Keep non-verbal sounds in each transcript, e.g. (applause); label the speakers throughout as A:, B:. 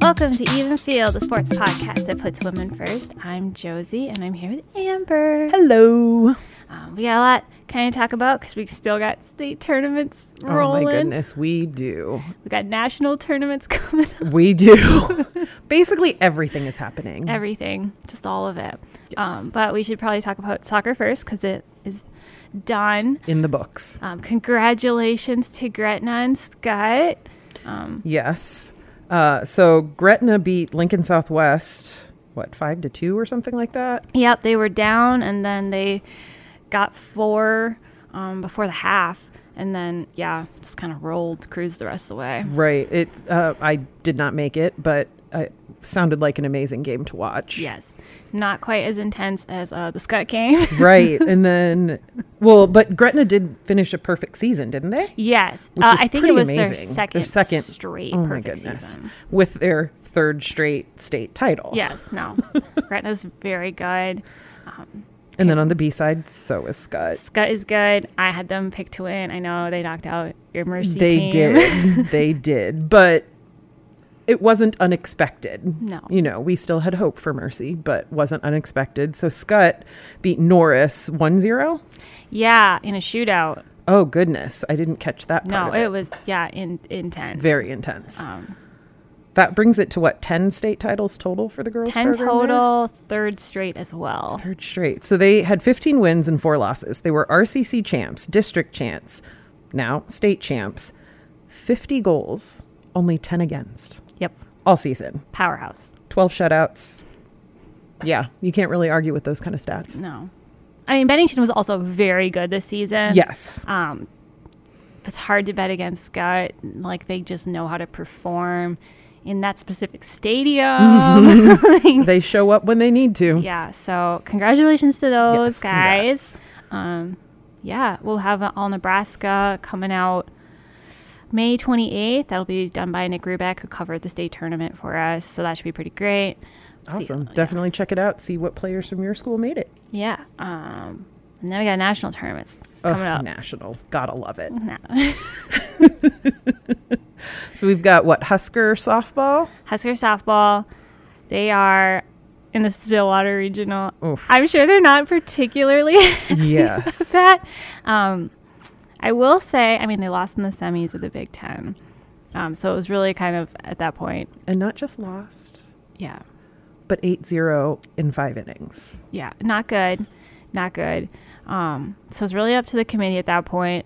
A: Welcome to Even Feel, the sports podcast that puts women first. I'm Josie, and I'm here with Amber.
B: Hello.
A: Um, we got a lot kind of talk about because we still got state tournaments rolling.
B: Oh my goodness, we do.
A: We got national tournaments (laughs) coming. up. (laughs)
B: We do. Basically everything is happening.
A: Everything, just all of it. Um,
B: Yes.
A: but we should probably talk about soccer first because it is done.
B: in the books.
A: Um, congratulations to Gretna and Scott.
B: Yes. Uh, so Gretna beat Lincoln Southwest, what, five to two or something like that?
A: Yep, they were down, and then they got four um, before the half, and then yeah, just kind of rolled, cruised the rest of the way.
B: Right. It uh, I did not make it, but it sounded like an amazing game to watch.
A: Yes, not quite as intense as uh, the Scott
B: (laughs)
A: game. (laughs)
B: Right. and then well, but Gretna did finish a perfect season, didn't they?
A: yes,
B: Which
A: uh,
B: is
A: I think it
B: pretty
A: was their
B: amazing.
A: second,
B: Their second-
A: straight
B: Oh my
A: perfect
B: goodness.
A: season.
B: With their third straight state title.
A: Yes, no, Gretna's very good.
B: And then on the B side, so is Scott.
A: Scott is good. I had them picked to win. I know they knocked out your Mercy
B: they
A: team.
B: did they did but it wasn't unexpected
A: No.
B: you know we still had hope for mercy but wasn't unexpected so scott beat norris 1-0
A: (laughs) yeah, in a shootout.
B: oh goodness i didn't catch that
A: No,
B: part of
A: it was yeah, in intense.
B: very intense
A: Um,
B: that brings it to what 10 state titles total for the girls
A: 10
B: program there?
A: total, third straight as well.
B: third straight so they had 15 wins and four losses they were rcc champs district champs now state champs 50 goals only 10 against
A: Yep.
B: all season
A: Powerhouse.
B: 12 shutouts. Yeah, you can't really argue with those kind of stats.
A: No. I mean, Bennington was also very good this season.
B: Yes.
A: Um, it's hard to bet against Scott. Like, they just know how to perform in that specific
B: (laughs)
A: stadium.
B: (laughs) they show up when they need to.
A: yeah. So, congratulations to those
B: Yes,
A: guys. Um, yeah. We'll have an All Nebraska coming out May 28th. That'll be done by Nick Rubeck, who covered the state tournament for us. So, that should be pretty great. See-
B: Awesome. Definitely check it out. See what players from your school made it.
A: Yeah. Um, and then we got national tournaments
B: Ugh,
A: coming up.
B: Nationals. Gotta love it.
A: Nah.
B: So we've got what?
A: (laughs)
B: Husker softball?
A: (laughs) Husker softball, they are in the Stillwater regional.
B: Oof.
A: I'm sure they're not particularly (laughs)
B: Yes.
A: that. Um, I will say, I mean, they lost in the semis of the Big Ten. Um, so it was really kind of at that point.
B: and not just lost,
A: Yeah.
B: but 8 0 in five innings.
A: yeah, not good, not good. Um, so it's really up to the committee at that point.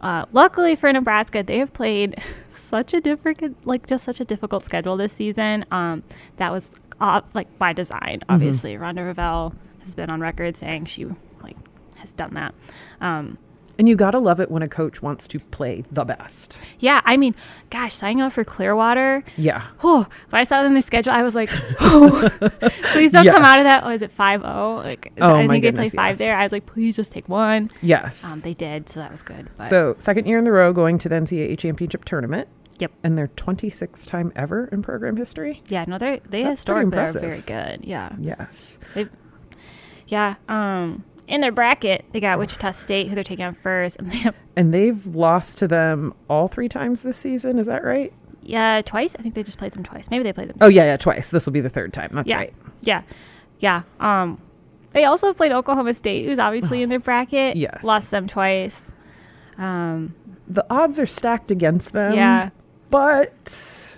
A: Uh, luckily for Nebraska, they have played (laughs) such a different, like just such a difficult schedule this season. Um, that was uh, like by design,
B: Mm-hmm.
A: obviously. Ronda Ravel has been on record saying she like has done that. Um,
B: And you gotta love it when a coach wants to play the best.
A: yeah, I mean, gosh, signing up for Clearwater.
B: Yeah.
A: Oh, when I saw them their schedule, I was like, oh, (laughs) please don't come out of
B: Yes.
A: that. Oh, is it 5 0? Like,
B: Oh,
A: I
B: my
A: think
B: goodness,
A: they play 5
B: yes.
A: there. I was like, please just take one.
B: Yes.
A: Um, they did, so that was good. But
B: so, second year in the row going to the NCAA championship tournament
A: yep,
B: and their 26th time ever in program history.
A: yeah, no, they they
B: That's pretty
A: historically are
B: impressive.
A: very good. Yeah,
B: Yes.
A: they, yeah. Um, in their bracket, they got Wichita State, who they're taking on first, and they have
B: And they've lost to them all three times this season. Is that right?
A: yeah twice. I think they just played them twice. Maybe they played them.
B: Oh, yeah, yeah, twice. This will be the third time. That's
A: yeah,
B: right.
A: yeah, yeah. Um, they also played Oklahoma State, who's obviously in
B: (sighs)
A: their bracket.
B: Yes.
A: lost them twice. Um,
B: The odds are stacked against them.
A: Yeah.
B: But,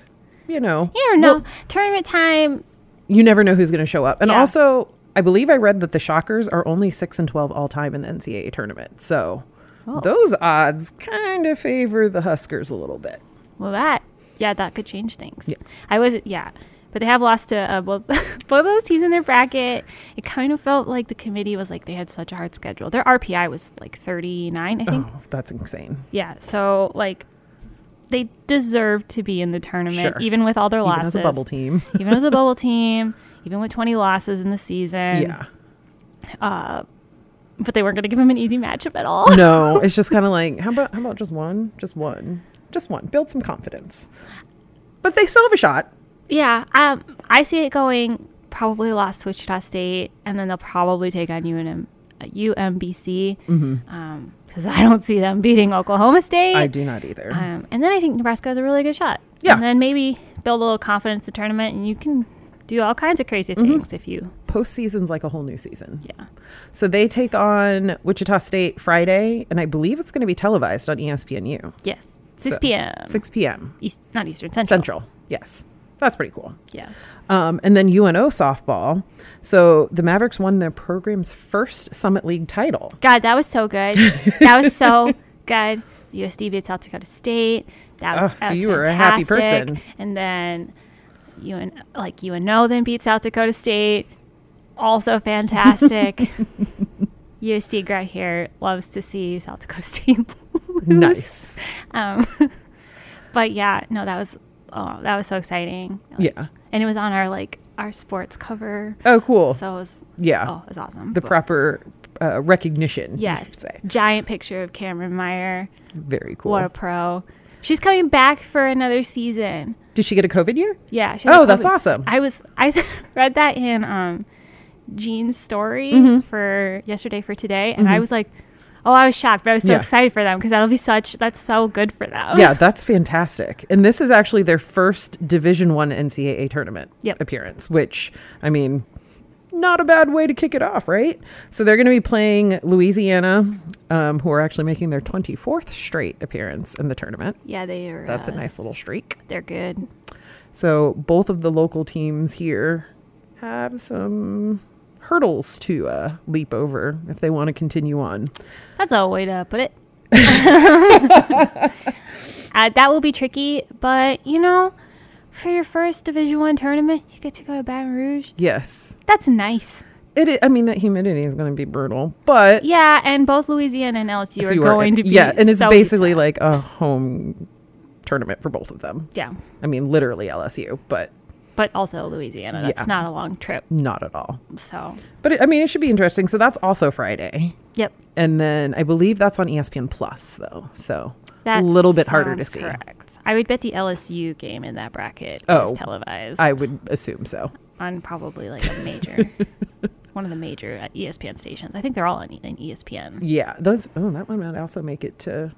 B: you know,
A: you don't know
B: well,
A: tournament time.
B: you never know who's going to show up. And
A: Yeah.
B: also, I believe I read that the Shockers are only 6 and 12 all time in the NCAA tournament. So
A: Oh.
B: those odds kind of favor the Huskers a little bit.
A: Well, that yeah, that could change things.
B: Yeah.
A: I was yeah, but they have lost to uh, both (laughs) both of those teams in their bracket. It kind of felt like the committee was like they had such a hard schedule. Their RPI was like thirty nine, I think.
B: Oh, that's insane.
A: Yeah, so like they deserve to be in the tournament,
B: Sure.
A: even with all their
B: Even
A: losses.
B: as a bubble team.
A: (laughs) even as a
B: (laughs)
A: bubble team, even with twenty losses in the season.
B: yeah.
A: but they weren't going to give them an easy matchup at all.
B: No, it's just kind of like how about how about just one, just one, just one. Build some confidence. But they still have a shot.
A: Yeah, um, I see it going probably lost to Wichita State, and then they'll probably take on UNM, uh, UMBC because
B: Mm-hmm.
A: um, I don't see them beating Oklahoma State.
B: I do not either.
A: Um, and then I think Nebraska has a really good shot.
B: Yeah.
A: And then maybe build a little confidence in the tournament, and you can do all kinds of crazy
B: Mm-hmm.
A: things if you.
B: Postseason's like a whole new season.
A: Yeah.
B: So they take on Wichita State Friday, and I believe it's going to be televised on E ESPNU.
A: Yes. 6
B: So-
A: p.m.
B: 6 p.m.
A: East, not Eastern Central.
B: Central. Yes. That's pretty cool.
A: Yeah.
B: Um, and then UNO softball. So the Mavericks won their program's first Summit League title.
A: God, that was so
B: (laughs)
A: good. that was so good. USD beat South Dakota State. That was,
B: Oh,
A: that
B: so
A: was
B: you were a happy
A: fantastic.
B: person.
A: And then you and like you and no then beat South Dakota State. Also
B: (laughs)
A: fantastic. USD grad here loves to see South Dakota State (laughs) lose.
B: Nice.
A: Um, but yeah, no, that was oh, that was so exciting.
B: Yeah.
A: And it was on our like our sports cover.
B: Oh, cool.
A: So it was
B: yeah.
A: oh, it was awesome.
B: the
A: But-
B: proper uh, recognition. you
A: Yes.
B: should say.
A: Giant picture of Cameron Meyer.
B: Very cool.
A: What a pro. She's coming back for another season.
B: Did she get a COVID year?
A: Yeah. she
B: Oh,
A: had
B: that's
A: COVID.
B: awesome.
A: I was (laughs) I read that in um Jean's story
B: Mm-hmm.
A: for yesterday for today and I was like, "Oh, I was shocked, but I was so
B: Yeah.
A: excited for them because that'll be such that's so good for them."
B: yeah, that's fantastic. And this is actually their first Division One NCAA tournament
A: Yep.
B: appearance, which I mean, not a bad way to kick it off, right? So they're going to be playing Louisiana, um, who are actually making their twenty fourth straight appearance in the tournament.
A: Yeah, they are.
B: That's
A: uh,
B: a nice little streak.
A: They're good.
B: So both of the local teams here have some hurdles to uh, leap over if they want to continue on.
A: That's a way to put
B: (laughs)
A: it. uh, that will be tricky, but you know, for your first Division One tournament, you get to go to Baton Rouge.
B: Yes.
A: That's nice.
B: It, i I mean, that humidity is going to be brutal, but
A: Yeah, and both Louisiana and LSU
B: so
A: are
B: you
A: going to be
B: yeah, and it's
A: so
B: basically
A: easy.
B: like a home tournament for both of them.
A: yeah,
B: I mean, literally LSU, but
A: but also Louisiana. That's
B: Yeah.
A: not a long trip,
B: not at all.
A: so
B: But it, I mean, it should be interesting. So that's also Friday,
A: yep.
B: and then I believe that's on E ESPN Plus though, so a little bit harder to
A: sounds
B: see.
A: Correct. I would bet the LSU game in that bracket is
B: Oh,
A: televised.
B: I would assume so.
A: on probably like a
B: (laughs)
A: major, one of the major uh, ESPN stations. I think they're all on, E- on ESPN.
B: Yeah, those. Oh, that one might also make it to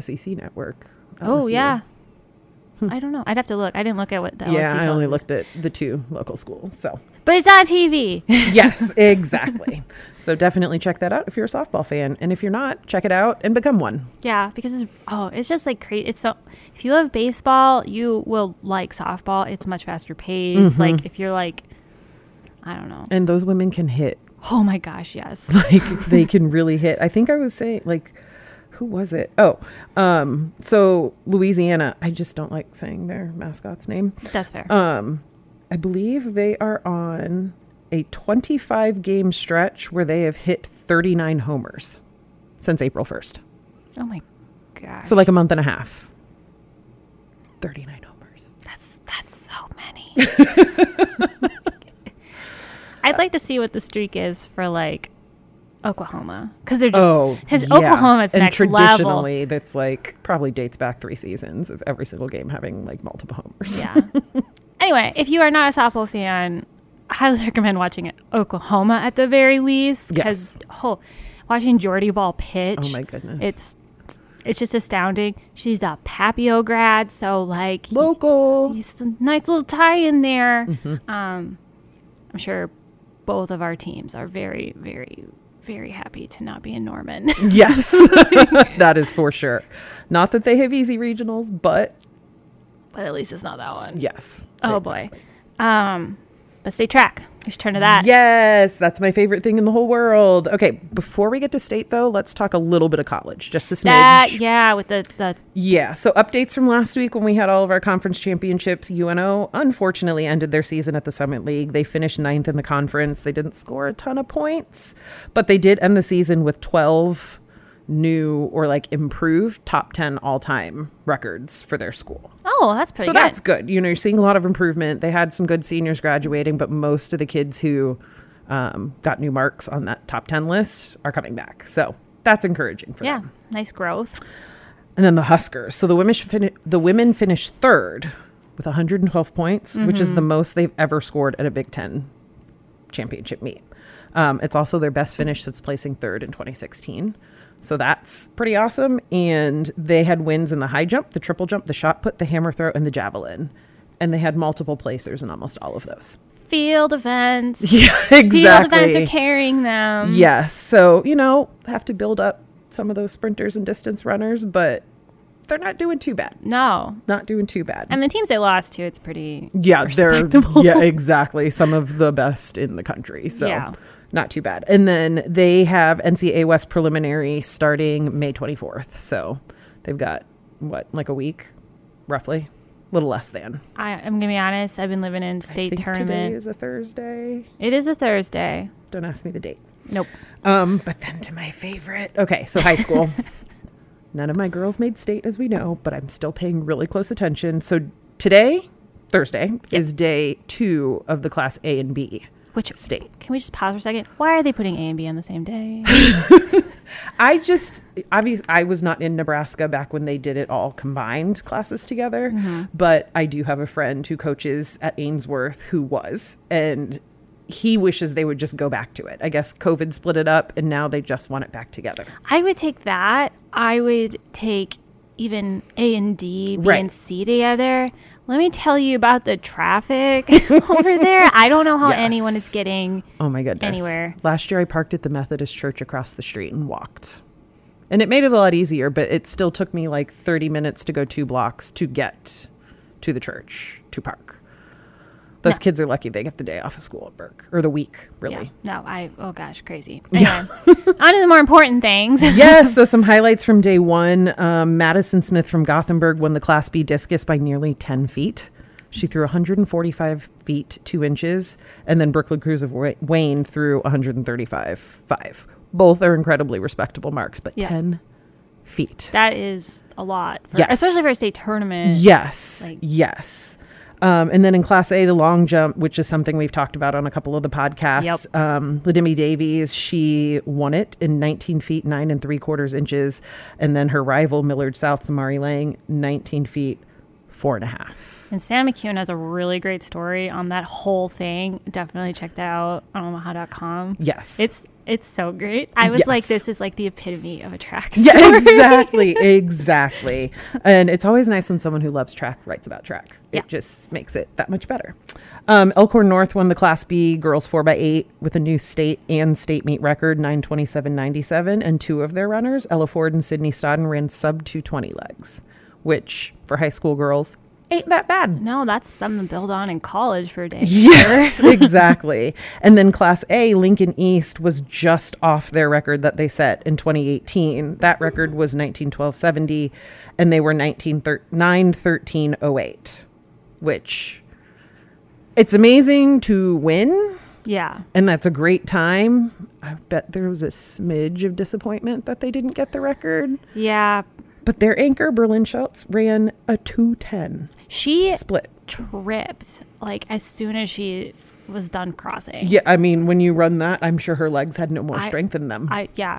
B: SEC Network.
A: Oh
B: LSU.
A: yeah. I don't know. I'd have to look. I didn't look at what the
B: Hmm. yeah.
A: LSU
B: I only
A: television-
B: looked at the two local schools. So
A: But it's on (laughs) TV.
B: yes, exactly. so definitely check that out if you're a softball fan, and if you're not, check it out and become one.
A: yeah, because it's oh, it's just like crazy. It's so if you love baseball, you will like softball. It's much faster pace.
B: Mm-hmm.
A: Like if you're like I don't know.
B: And those women can hit. (laughs)
A: Oh my gosh, yes.
B: Like they can really hit. I think I was saying like. Who was it? Oh, um, so Louisiana. I just don't like saying their mascot's name.
A: That's fair.
B: Um, I believe they are on a 25 game stretch where they have hit 39 homers since April 1st.
A: oh my gosh.
B: So, like a month and a half. 39 homers.
A: that's that's so many.
B: (laughs)
A: I'd like to see what the streak is for like Oklahoma cuz they're just
B: Oh,
A: his
B: yeah.
A: Oklahoma's
B: and
A: next level.
B: traditionally, that's like probably dates back three seasons of every single game having like multiple homers.
A: Yeah. (laughs) anyway, if you are not a softball fan, I highly (laughs) recommend watching Oklahoma at the very least. Because oh, watching Jordy Ball pitch.
B: Oh my goodness.
A: It's it's just astounding. She's a Papio grad, so like
B: local.
A: he's a nice little tie in there.
B: Mm-hmm.
A: Um, I'm sure both of our teams are very, very, very happy to not be in Norman. (laughs)
B: Yes, (laughs) that is for sure. Not that they have easy regionals, but
A: but at least it's not that one.
B: yes.
A: Oh boy. Um, but stay track. We should turn to that.
B: Yes, that's my favorite thing in the whole world. Okay, before we get to state though, let's talk a little bit of college, just a smidge.
A: That yeah, with the the
B: Yeah, so updates from last week when we had all of our conference championships. UNO unfortunately ended their season at the Summit League. They finished ninth in the conference. They didn't score a ton of points, but they did end the season with 12 new or like improved top 10 all time records for their school.
A: oh, that's pretty
B: so
A: good.
B: that's good. You know, you're seeing a lot of improvement. They had some good seniors graduating, but most of the kids who um, got new marks on that top 10 list are coming back. So that's encouraging for
A: yeah,
B: them.
A: nice growth.
B: And then the Huskers. So the women, fin- the women finished third with 112 points, which is the most they've ever scored at a Big Ten championship meet. Um, it's also their best finish since placing third in 2016. So that's pretty awesome. And they had wins in the high jump, the triple jump, the shot put, the hammer throw, and the javelin. and they had multiple placers in almost all of those. (laughs)
A: Field events.
B: Yeah, exactly.
A: Field events are carrying them.
B: Yes. So, you know, have to build up some of those sprinters and distance runners, but they're not doing too bad.
A: No.
B: Not doing too bad.
A: And the teams they lost to, it's pretty.
B: yeah, they're
A: respectable.
B: yeah, exactly. Some of the best in the country. So,
A: Yeah.
B: not too bad. And then they have NCAA West preliminary starting May 24th. So, they've got what, like a week roughly? A little less than.
A: I, I'm gonna be honest. I've been living in
B: I
A: state
B: think today
A: tournament.
B: is a Thursday.
A: it is a Thursday.
B: Don't ask me the date.
A: Nope.
B: Um, but then to my favorite. Okay, so high school. None of my girls made state, as we know, but I'm still paying really close attention. So today, Thursday, is day two of the class A and B
A: Which
B: state.
A: Can we just pause for a second? Why are they putting A and B on the same day?
B: I just obviously I was not in Nebraska back when they did it all combined classes together, but I do have a friend who coaches at Ainsworth who was and he wishes they would just go back to it. I guess COVID split it up and now they just want it back together.
A: I would take that. I would take even A and D, B
B: Right.
A: and C together. Let me tell you about the traffic (laughs) over there. I don't know how anyone
B: Yes.
A: is getting.
B: Oh my goodness.
A: Anywhere.
B: Last year I parked at the Methodist church across the street and walked. And it made it a lot easier, but it still took me like 30 minutes to go two blocks to get to the church to park. Those
A: No.
B: kids are lucky they get the day off of school at Burke or the week,
A: Yeah.
B: really.
A: No, I. Oh gosh,
B: (laughs)
A: crazy. Anyway, on to the more important things.
B: yes, so some highlights from day one. Um, Madison Smith from Gothenburg won the Class B discus by nearly 10 feet. She threw 145 feet, 2 inches, and then Brooklyn Cruz of Wa- Wayne threw 135, 5. Both are incredibly respectable marks, but
A: Yeah.
B: 10 feet.
A: That is a lot, for,
B: Yes.
A: especially for a state tournament.
B: Yes.
A: Like-
B: yes. Um, and then in Class A, the long jump, which is something we've talked about on a couple of the podcasts.
A: Yep.
B: Um, Ladimi Davies, she won it in 19 feet, nine and three quarters inches. And then her rival, Millard South, Samari Lang, 19 feet, four and a half.
A: And Sam McCune has a really great story on that whole thing. Definitely check that out on omaha.com.
B: Yes.
A: It's it's so great. I was like,
B: Yes.
A: this is like the epitome of a track.
B: yeah, exactly, exactly. And it's always nice when someone who loves track writes about track.
A: Yeah.
B: It just makes it that much better. Um, Elkhorn North won the Class B girls 4x8 with a new state and state meet record, 927.97. And two of their runners, Ella Ford and Sydney Stodden, ran sub 220 legs, which for high school girls ain't that bad.
A: No, that's something to build on in college for a day.
B: Yes, exactly. And then Class A, Lincoln East was just off their record that they set in 2018. That record was 191270, and they were 91308, which it's amazing to win,
A: Yeah.
B: and that's a great time. I bet there was a smidge of disappointment that they didn't get the record,
A: Yeah.
B: but their anchor Berlin Schultz ran a 210
A: She
B: split.
A: tripped like as soon as she was done crossing.
B: Yeah, I mean, when you run that, I'm sure her legs had no more
A: I-
B: strength in them.
A: I
B: (laughs)
A: yeah.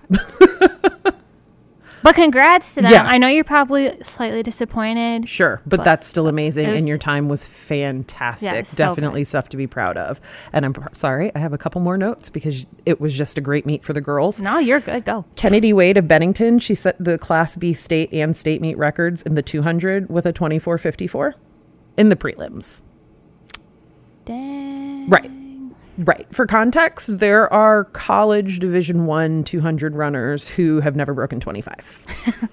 A: but congrats to them.
B: Yeah.
A: I know you're probably slightly disappointed.
B: Sure, but, that's still amazing,
A: it was-
B: and your time was fantastic.
A: Yeah, it was so
B: Definitely stuff to be proud of. And I'm pr- sorry, I have a couple more notes because it was just a great meet for the girls.
A: No, you're good. Go.
B: Kennedy Wade of Bennington, she set the Class B state and state meet records in the 200 with a 24:54 in the prelims.
A: Dang.
B: Right. Right. For context, there are college Division 1 200 runners who have never broken 25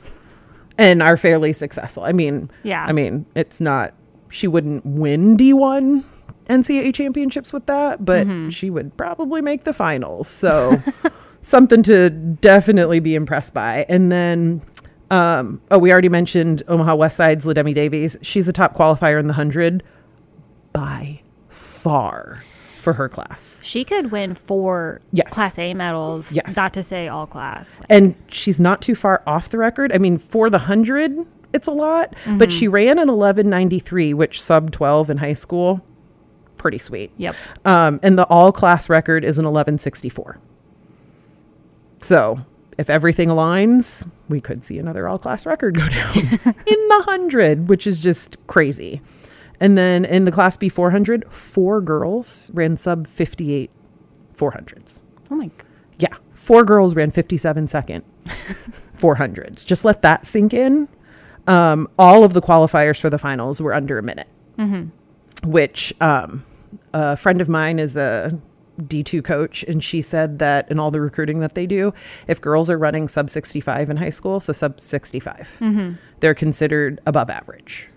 B: and are fairly successful. I mean,
A: Yeah.
B: I mean, it's not she wouldn't win D1 NCAA championships with that, but she would probably make the finals. So (laughs) something to definitely be impressed by. And then um, oh, we already mentioned Omaha West Side's Lademi Davies. She's the top qualifier in the 100 by far for her class.
A: She could win four
B: Yes.
A: class A medals.
B: Yes.
A: Not to say all class.
B: And she's not too far off the record. I mean, for the 100, it's a lot, but she ran an 1193, which sub 12 in high school. Pretty sweet.
A: Yep.
B: Um, and the all class record is an 1164. So if everything aligns, we could see another all class record go down in the 100, which is just crazy. And then in the Class B 400, four girls ran sub 58 400s.
A: Oh my god.
B: Yeah. Four girls ran 57 second (laughs) 400s. Just let that sink in. Um, all of the qualifiers for the finals were under a minute. which um, a friend of mine is a D2 coach, and she said that in all the recruiting that they do, if girls are running sub 65 in high school, so sub 65, they're considered above average.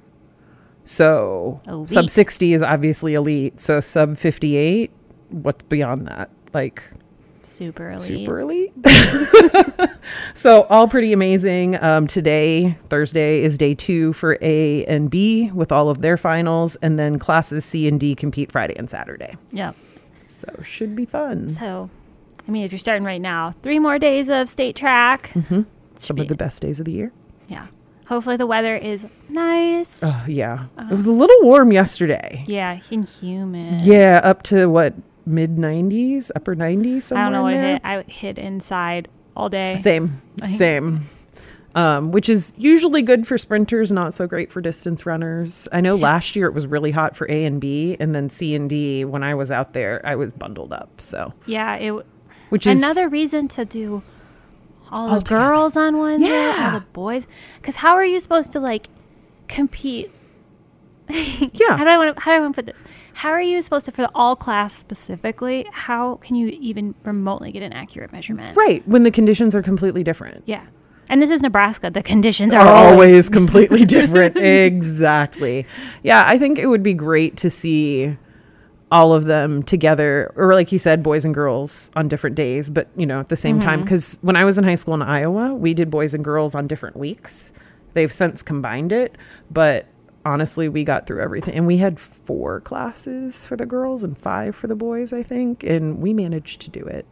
B: So sub
A: Elite.
B: 60 is obviously elite. So sub 58, what's beyond that? Like
A: Super elite.
B: super elite. (laughs)
A: (laughs)
B: so all pretty amazing. Um, today, Thursday, is day two for A and B with all of their finals, and then classes C and D compete Friday and Saturday.
A: Yep.
B: So should be fun.
A: So, I mean, if you're starting right now, three more days of state track.
B: Some
A: be-
B: of the best days of the year.
A: Yeah. Hopefully the weather is nice.
B: Oh yeah, it was a little warm yesterday.
A: Uh. Yeah, and humid.
B: Yeah, up to what mid nineties, upper nineties.
A: I don't know what it hit. I hid inside all day.
B: Same,
A: I-
B: same. Um, which is usually good for sprinters, not so great for distance runners. I know last year it was really hot for A and B, and then C and D. When I was out there, I was bundled up. So,
A: Yeah, it. w-
B: which is
A: another reason to do all the
B: Altogether.
A: girls on one day, all
B: Yeah.
A: the boys. Because how are you supposed to like compete? (laughs)
B: yeah,
A: How do I want to? How do I want to put this? How are you supposed to for the all class specifically? How can you even remotely get an accurate measurement?
B: right. When the conditions are completely different,
A: Yeah, and this is Nebraska. The conditions are,
B: are
A: always (laughs)
B: always completely different. exactly. Yeah, I think it would be great to see all of them together, or like you said, boys and girls on different days, but you know, at the same
A: Mm-hmm.
B: time. Because when I was in high school in Iowa, we did boys and girls on different weeks. They've since combined it, but honestly, we got through everything. And we had four classes for the girls and five for the boys, I think, and we managed to do it.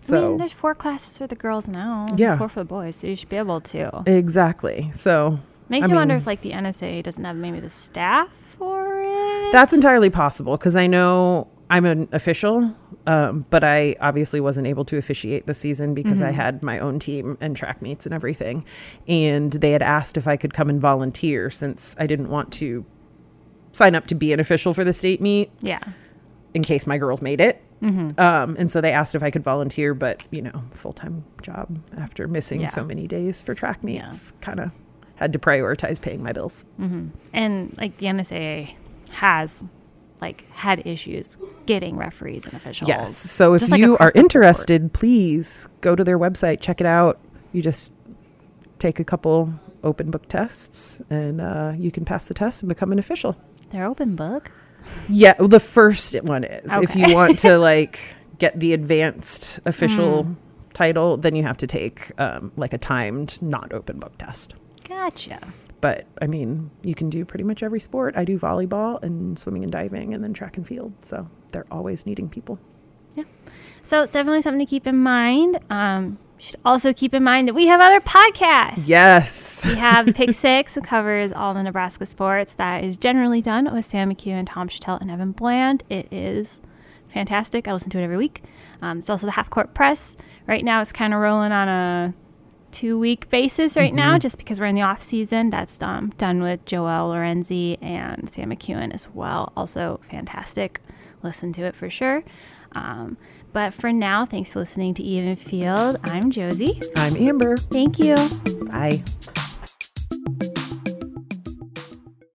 B: So
A: I mean, there's four classes for the girls now.
B: Yeah.
A: Four for the boys, so you should be able to.
B: exactly. So
A: Makes
B: I
A: me wonder
B: mean-
A: if like the NSA doesn't have maybe the staff for it.
B: That's entirely possible because I know I'm an official, um, but I obviously wasn't able to officiate this season because
A: Mm-hmm.
B: I had my own team and track meets and everything. And they had asked if I could come and volunteer since I didn't want to sign up to be an official for the state meet
A: yeah.
B: in case my girls made it.
A: Mm-hmm.
B: Um, and so they asked if I could volunteer, but you know, full time job after missing
A: Yeah.
B: so many days for track
A: Yeah.
B: meets, kind of had to prioritize paying my bills.
A: And like the NSA has like had issues getting referees and officials.
B: Yes. So if
A: Just, like,
B: you
A: across
B: are
A: the board.
B: interested, please go to their website, check it out. You just take a couple open book tests and uh, you can pass the test and become an official.
A: They're open book.
B: Yeah, well, the first one is. If
A: Okay.
B: you
A: (laughs)
B: want to like get the advanced
A: Hmm.
B: official title, then you have to take um, like a timed not open book test.
A: Gotcha.
B: But I mean, you can do pretty much every sport. I do volleyball and swimming and diving and then track and field. So they're always
A: (laughs)
B: needing people.
A: Yeah. So it's definitely something to keep in mind. Um, you should also keep in mind that we have other podcasts.
B: Yes.
A: We have Pick Six that covers all the Nebraska sports. That is generally done with Sam McHugh and Tom Chattel and Evan Bland. It is fantastic. I listen to it every week. Um, it's also the Half Court Press. Right now, it's kind of rolling on a two week basis right now, just because we're in the off season. That's um, done with Joel Lorenzi and Sam McEwen as well. Also fantastic. Listen to it for sure. Um, but for now, thanks for listening to Even Field. I'm Josie.
B: I'm Amber.
A: Thank you.
B: Bye.